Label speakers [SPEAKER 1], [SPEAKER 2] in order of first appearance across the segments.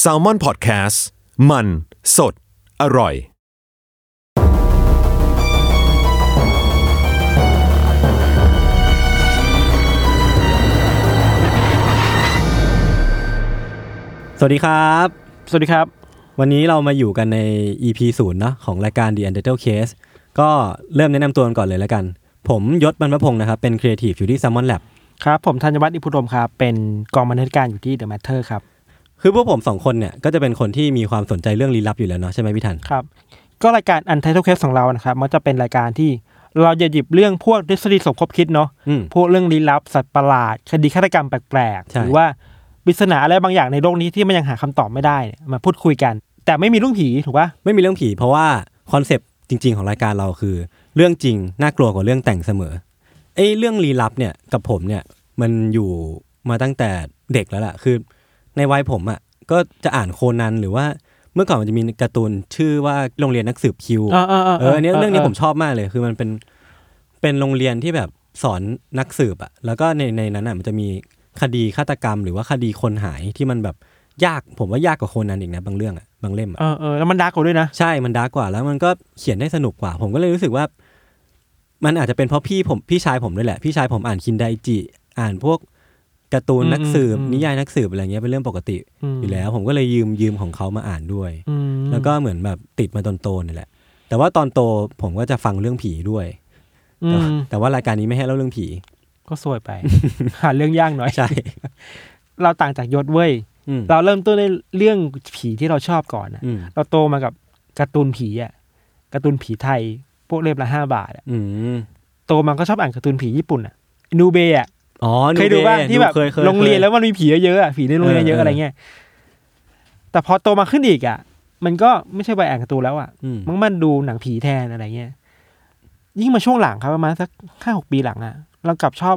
[SPEAKER 1] แซลมอนพอดแคสต์มันสดอร่อย
[SPEAKER 2] สวัสดีครับ
[SPEAKER 3] สวัสดีครับ
[SPEAKER 2] วันนี้เรามาอยู่กันใน EP ศูนย์เนาะของรายการ The Untitled Case ก็เริ่มแนะนำตัวกันก่อนเลยแล้วกัน ผมยศบรรพพงศ์นะครับ เป็นครีเอทีฟอยู่ที่ Salmon Lab
[SPEAKER 3] ครับ ผมธัญวัฒน์อิพุดมครับ เป็นกองบรรณาธิการอยู่ที่ The Matter ครับ
[SPEAKER 2] คือพวกผมสองคนเนี่ย ก็จะเป็นคนที่มีความสนใจเรื่องลี้ลับอยู่แล้วเนาะใช่ไหมพี่ทัน
[SPEAKER 3] ครับ ก็รายการ Untitled Case ของเรานะครับ มันจะเป็นรายการที่เราจะหยิบเรื่องพวกทฤษฎีสมคบคิดเนาะ
[SPEAKER 2] อืม
[SPEAKER 3] พวกเรื่องลี้ลับ สัตว์ประหลาด คดีฆาตกรรมแปลก
[SPEAKER 2] ใช่
[SPEAKER 3] ๆ หรือว่าปริศนาอะไรบางอย่างในโลกนี้ที่มันยังหาคำตอบไม่ได้เนี่ยมาพูดคุยกัน แต่ไม่มีเรื่องผีถูกปะ
[SPEAKER 2] ไม่มีเรื่องผีเพราะว่าคอนเซปต์จริง ๆ ของรายการเราคือ เรื่องจริงน่ากลัวกว่าเรื่องแต่งเสมอไอ้เรื่องลี้ลับเนี่ยกับผมเนี่ยมันอยู่มาตั้งแต่เด็กแล้วล่ะคือ ในวัยผมอะ่ะก็จะอ่านโคนันหรือว่าเมื่อก่อนมันจะมีการ์ตูนชื่อว่าโรงเรียนนักสืบคิว
[SPEAKER 3] เออเออ
[SPEAKER 2] เอออันนี้เรื่องนี้ผมชอบมากเลย คือมันเป็นเป็นโรงเรียนที่แบบสอนนักสืบอะแล้วก็ในในนั้นอะมันจะมีคดีฆาตกรรม หรือว่าคดีคนหายที่มันแบบยากผมว่ายากกว่าโคนนั้นอีกนะบางเรื่องอะบางเล่มอะ
[SPEAKER 3] เออเออแล้วมันดาร์กกว่าด้วยนะ
[SPEAKER 2] ใช่มันดาร์กกว่าแล้วมันก็เขียนได้สนุกกว่า ผมก็เลยรู้สึกว่า มันอาจจะเป็นเพราะพี่ผมพี่ชายผมด้วยแหละ พี่ชายผมอ่านคินไดจิ อ่านพวกการ์ตูน
[SPEAKER 3] อืม
[SPEAKER 2] นักสืบ
[SPEAKER 3] อืม
[SPEAKER 2] นิยายนักสืบอะไรเงี้ยเป็นเรื่องปกติอยู่แล้ว ผมก็เลยยืมยืมของเขามาอ่านด้วย
[SPEAKER 3] อืม
[SPEAKER 2] แล้วก็เหมือนแบบติดมาตอนโตนี่แหละ แต่ว่าตอนโตผมก็จะฟังเรื่องผีด้วย
[SPEAKER 3] อื
[SPEAKER 2] แต่
[SPEAKER 3] ม
[SPEAKER 2] แต่ว่ารายการนี้ไม่ให้เล่าเรื่องผี
[SPEAKER 3] ก็ส วยไป หาเรื่องยากหน่อย
[SPEAKER 2] ใช่
[SPEAKER 3] เราต่างจากยศเว้ย
[SPEAKER 2] อืม
[SPEAKER 3] เราเริ่มต้นในเรื่องผีที่เราชอบก่อนนะ
[SPEAKER 2] อืม
[SPEAKER 3] เราโตมากับการ์ตูนผีอ่ะการ์ตูนผีไทย พวกเล่มละห้าบาทอะ
[SPEAKER 2] อืม
[SPEAKER 3] โตมาก็ชอบอ่านการ์ตูนผีญี่ปุ่นอ่ะนูเบะอะ
[SPEAKER 2] อ๋อ
[SPEAKER 3] เคยดูบ้างที่แบบ
[SPEAKER 2] เคยค
[SPEAKER 3] โรงเรียนแล้วมันมีผีเยอะๆอะผีในโรงเรียนเยอะ
[SPEAKER 2] เออ
[SPEAKER 3] อะ
[SPEAKER 2] อ
[SPEAKER 3] ไรเงี้ยแต่พอโตมาขึ้นอีกอ่ะ มันก็ไม่ใช่ไปอ่านการ์ตูนแล้วอ่ะ
[SPEAKER 2] อืม
[SPEAKER 3] มันมันดูหนังผีแทนอะไรเงี้ยยิ่งมาช่วงหลังครับประมาณสักห้าหกปีหลังอ่ะ เรากลับชอบ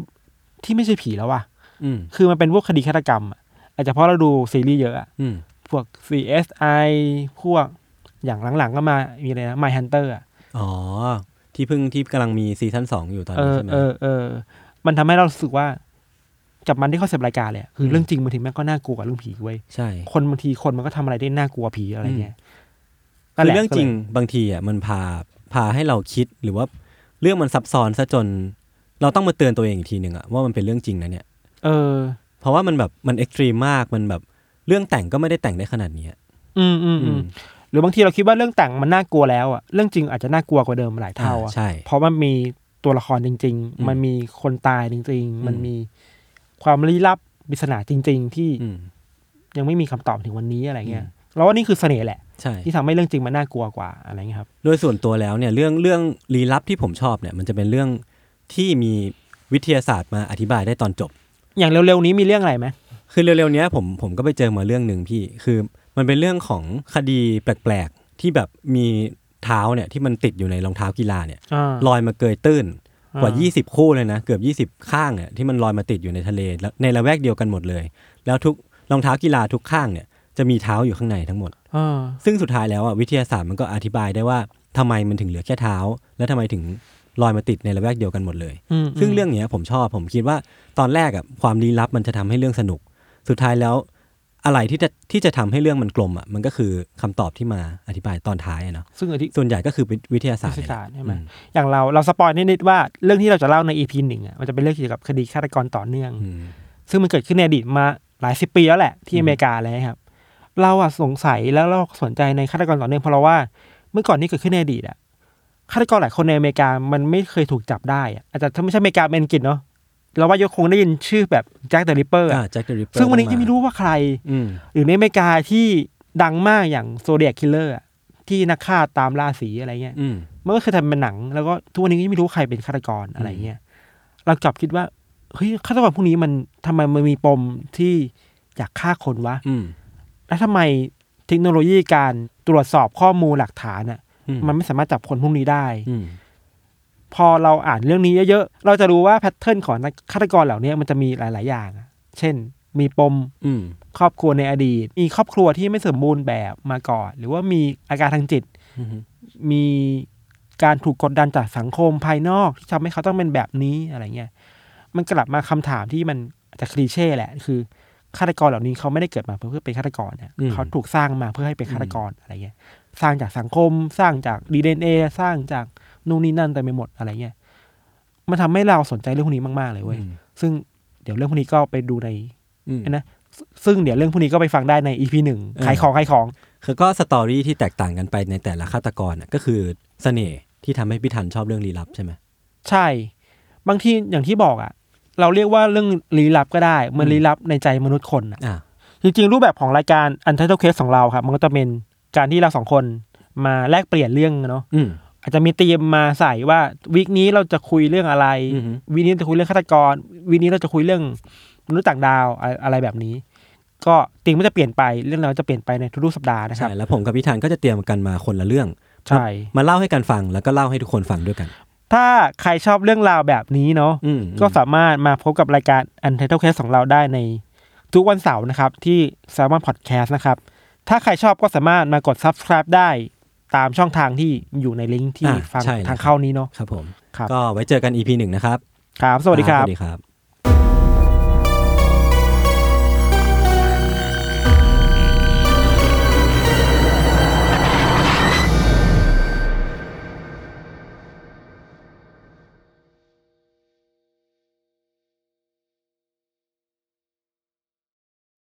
[SPEAKER 3] ที่ไม่ใช่ผีแล้วอ่ะ
[SPEAKER 2] อืม
[SPEAKER 3] คือมันเป็นพวกคดีฆาตกรรมอะอาจจะเพราะเราดูซีรีส์เยอะอะ
[SPEAKER 2] อืม
[SPEAKER 3] พวก CSI พวกอย่างหลังๆก็มามีอะไรนะ My Hunter อะ
[SPEAKER 2] อ๋อ ที่เพิ่งที่กำลังมีซีซั่นสองอยู่ตอน
[SPEAKER 3] เอ
[SPEAKER 2] นี้
[SPEAKER 3] อ
[SPEAKER 2] ใช่ไหม
[SPEAKER 3] เออเออ มันทำให้เรารู้สึกว่า กับมันที่เขาเสพรายการเลยอะคืออ
[SPEAKER 2] ม
[SPEAKER 3] เรื่องจริงบางทีแม่งก็น่ากลัวกว่าเรื่องผีเว้ย
[SPEAKER 2] ใช่
[SPEAKER 3] คนบางทีคนมันก็ทำอะไรได้น่ากลัวผีอะไรเงี้ย
[SPEAKER 2] คือ
[SPEAKER 3] นั่นแหละ
[SPEAKER 2] เรื่องจริง
[SPEAKER 3] ก็ลย
[SPEAKER 2] บางทีอ่ะมันพาพาให้เราคิดหรือว่าเรื่องมันซับซ้อนซะจน เราต้องมาเตือนตัวเองอีกทีหนึ่งอ่ะว่ามันเป็นเรื่องจริงนะเนี่ย
[SPEAKER 3] เออ
[SPEAKER 2] เพราะว่ามันแบบมันเอ็กซ์ตรีมมากมันแบบเรื่องแต่งก็ไม่ได้แต่งได้ขนาดนี้อะ
[SPEAKER 3] อืมอืม
[SPEAKER 2] อื
[SPEAKER 3] อื
[SPEAKER 2] ม
[SPEAKER 3] มหรือบางทีเราคิดว่าเรื่องแต่งมันน่ากลัวแล้วอะเรื่องจริงอาจจะน่ากลัวกว่าเดิมหลาย
[SPEAKER 2] อ่า
[SPEAKER 3] เท่าอะ
[SPEAKER 2] ใช่
[SPEAKER 3] เพราะมันมีตัวละครจริง
[SPEAKER 2] อืม
[SPEAKER 3] ๆ มันมีคนตายจริง
[SPEAKER 2] อืม
[SPEAKER 3] ๆ มันมีความลี้ลับปริศนาจริง ๆ ที่
[SPEAKER 2] อืม
[SPEAKER 3] ยังไม่มีคำตอบถึงวันนี้อะไรเงี้ย
[SPEAKER 2] อืม
[SPEAKER 3] เราว่านี่คือเสน่ห์แหละ
[SPEAKER 2] ใช่
[SPEAKER 3] ที่ทำให้เรื่องจริงมันน่ากลัวกว่าอะไรเงี้ยครับ
[SPEAKER 2] โดยส่วนตัวแล้วเนี่ยเรื่องเรื่องลี้ลับที่ผมชอบเนี่ยมันจะเป็นเรื่องที่มีวิทยาศาสตร์มาอธิบายได้ตอนจบ
[SPEAKER 3] อย่างเร็วๆนี้มีเรื่องอะไรไหม
[SPEAKER 2] คือเร็วๆเนี้ยผมผมก็ไปเจอมาเรื่องหนึ่งพี่คือมันเป็นเรื่องของคดีแปลกๆ ที่แบบมีเท้าเนี่ยที่มันติดอยู่ในรองเท้ากีฬาเนี่ยลอยมาเกยตื้นกว่า
[SPEAKER 3] อ่า
[SPEAKER 2] 20 คู่เลยนะ เกือบ 20 ข้างเนี่ยที่มันลอยมาติดอยู่ในทะเลแล้วในละแวกเดียวกันหมดเลย แล้วทุกรองเท้ากีฬาทุกข้างเนี่ยจะมีเท้าอยู่ข้างในทั้งหมด
[SPEAKER 3] อ่า
[SPEAKER 2] ซึ่งสุดท้ายแล้วอ่ะวิทยาศาสตร์มันก็อธิบายได้ว่าทำไมมันถึงเหลือแค่เท้า และทำไมถึงลอยมาติดในละแวกเดียวกันหมดเลย
[SPEAKER 3] อืม
[SPEAKER 2] ซึ่งเรื่องเนี้ยผมชอบผมคิดว่าตอนแรกอ่ะความลี้ลับมันจะทำให้เรื่องสนุก สุดท้ายแล้วอะไรที่จะที่จะทำให้เรื่องมันกลมอ่ะมันก็คือคำตอบที่มาอธิบายตอนท้ายอะเนาะ
[SPEAKER 3] ซึ่งอธิ
[SPEAKER 2] ส่วนใหญ่ก็คือวิทยาศาสตร์
[SPEAKER 3] ศึก
[SPEAKER 2] เนี่ยแห
[SPEAKER 3] ษา
[SPEAKER 2] ละ
[SPEAKER 3] ใช่ไหม
[SPEAKER 2] อืม
[SPEAKER 3] อย่างเราเราสปอยนิดๆว่าเรื่องที่เราจะเล่าในอีพีหนึ่งอ่ะมันจะเป็นเรื่องเกี่ยวกับคดีฆาตกรต่อเนื่อง
[SPEAKER 2] อืม
[SPEAKER 3] ซึ่งมันเกิดขึ้นในอดีตมา หลายสิบปีแล้วแหละที่อเมริกาเลยครับ เราอะสงสัยแล้วเราสนใจในฆาตกรต่อเนื่องเพราะเราว่าเมื่อก่อนนี่เกิดขึ้นในอดีตอะฆาตกรหลายคนในอเมริกามันไม่เคยถูกจับได้อะอาจจะถ้าไม่ใช่อเมริกาเป็นอังกฤษเนาะเราว่าโยคงได้ยินชื่อแบบแจ็คเดอะริปเปอร์
[SPEAKER 2] อ่าแจ็คเดอะริปเปอร์
[SPEAKER 3] ซึ่งวันนี้ยังไม่รู้ว่าใคร
[SPEAKER 2] อืม
[SPEAKER 3] หรือในอเมริกาที่ดังมากอย่างโซเดียคิลเลอร์ที่นักฆ่าตามล่าสีอะไรเงี้ย
[SPEAKER 2] อืม
[SPEAKER 3] มันก็เคยทำเป็นหนัง แล้วก็ทุกวันนี้ก็ยังไม่รู้ใครเป็นฆาตกรอะไรเงี้ยเรากลับคิดว่าเฮ้ยฆาตกรพวกนี้มันทำไมมันมีปมที่อยากฆ่าคนวะ
[SPEAKER 2] อืม
[SPEAKER 3] แล้วทำไมเทคโนโลยีการตรวจสอบข้อมูลหลักฐานอ่ะ
[SPEAKER 2] อืม
[SPEAKER 3] มันไม่สามารถจับคนพวกนี้ได้
[SPEAKER 2] อืม
[SPEAKER 3] พอเราอ่านเรื่องนี้เยอะๆ เราจะรู้ว่าแพทเทิร์นของนักฆาตกรเหล่านี้มันจะมีหลาย ๆ อย่างอะเช่น มีปม
[SPEAKER 2] อืม
[SPEAKER 3] ครอบครัวในอดีต มีครอบครัวที่ไม่สมบูรณ์แบบมาก่อน หรือว่ามีอาการทางจิต มีการถูกกดดันจากสังคมภายนอกที่ทำให้เขาต้องเป็นแบบนี้อะไรเงี้ย มันกลับมาคำถามที่มันอาจจะคลีเช่แหละ คือฆาตกรเหล่านี้เขาไม่ได้เกิดมาเพื่อเป็นฆาตกรเนี่ย
[SPEAKER 2] อืม
[SPEAKER 3] เขาถูกสร้างมาเพื่อให้เป็นฆาตกรอะไรเงี้ย สร้างจากสังคม สร้างจากดีเอ็นเอสร้างจากนู่นนี่นั่นแต่ไปหมดอะไรเงี้ย มันทำให้เราสนใจเรื่องพวกนี้มากๆเลยเว้ย ซึ่งเดี๋ยวเรื่องพวกนี้ก็ไปดูใน
[SPEAKER 2] อืม
[SPEAKER 3] นะ ซึ่งเดี๋ยวเรื่องพวกนี้ก็ไปฟังได้ใน EP หนึ่ง
[SPEAKER 2] เออ
[SPEAKER 3] ขายของขายของ
[SPEAKER 2] คือก็สตอรี่ที่แตกต่างกันไปในแต่ละฆาตกรน่ะก็คือเสน่ห์ที่ทำให้พี่ทันชอบเรื่องลี้ลับใช่ไหม
[SPEAKER 3] ใช่ บางทีอย่างที่บอกอะ่ะ เราเรียกว่าเรื่องลี้ลับก็ได้ มันลี้ลับในใจมนุษย์คนอะ
[SPEAKER 2] อ่า
[SPEAKER 3] จริงๆ รูปแบบของรายการ Untitled Case ของเราครับ มันก็จะเป็นการที่เราสองคนมาแลกเปลี่ยนเรื่องเนาะ
[SPEAKER 2] อืม
[SPEAKER 3] อาจจะมีธีมมาใส่ว่าวีคนี้เราจะคุยเรื่องอะไร
[SPEAKER 2] อือฮึ
[SPEAKER 3] วีคนี้จะคุยเรื่องฆาตกร วีคนี้เราจะคุยเรื่องมนุษย์ต่างดาวอะอะไรแบบนี้ ก็ธีมก็จะเปลี่ยนไป เรื่องเราวจะเปลี่ยนไปในทุกๆสัปดาห์นะครับ
[SPEAKER 2] ใช่แล้วผมกับพี่ทันก็จะเตรียมกันมาคนละเรื่อง
[SPEAKER 3] ใช่
[SPEAKER 2] มามาเล่าให้กันฟังแล้วก็เล่าให้ทุกคนฟังด้วยกัน
[SPEAKER 3] ถ้าใครชอบเรื่องราวแบบนี้เนาะ
[SPEAKER 2] อืม
[SPEAKER 3] ก็สามารถมาพบกับรายการ Untitled Case ของเราได้ในทุกวันเสาร์นะครับ ที่ Salmon Podcast นะครับ ถ้าใครชอบก็สามารถมากด subscribe ได้ตามช่องทางที่อยู่ในลิงก์ที่
[SPEAKER 2] อ่ะ
[SPEAKER 3] ฟัง
[SPEAKER 2] ใช่แล้ว
[SPEAKER 3] ทางเข้านี้เนาะ
[SPEAKER 2] ครับผม
[SPEAKER 3] ครับ
[SPEAKER 2] ก็ไว้เจอกัน EP หนึ่งนะครับ
[SPEAKER 3] ครับ สวัสดีครั
[SPEAKER 2] ส
[SPEAKER 3] บ
[SPEAKER 2] วัสดีครับ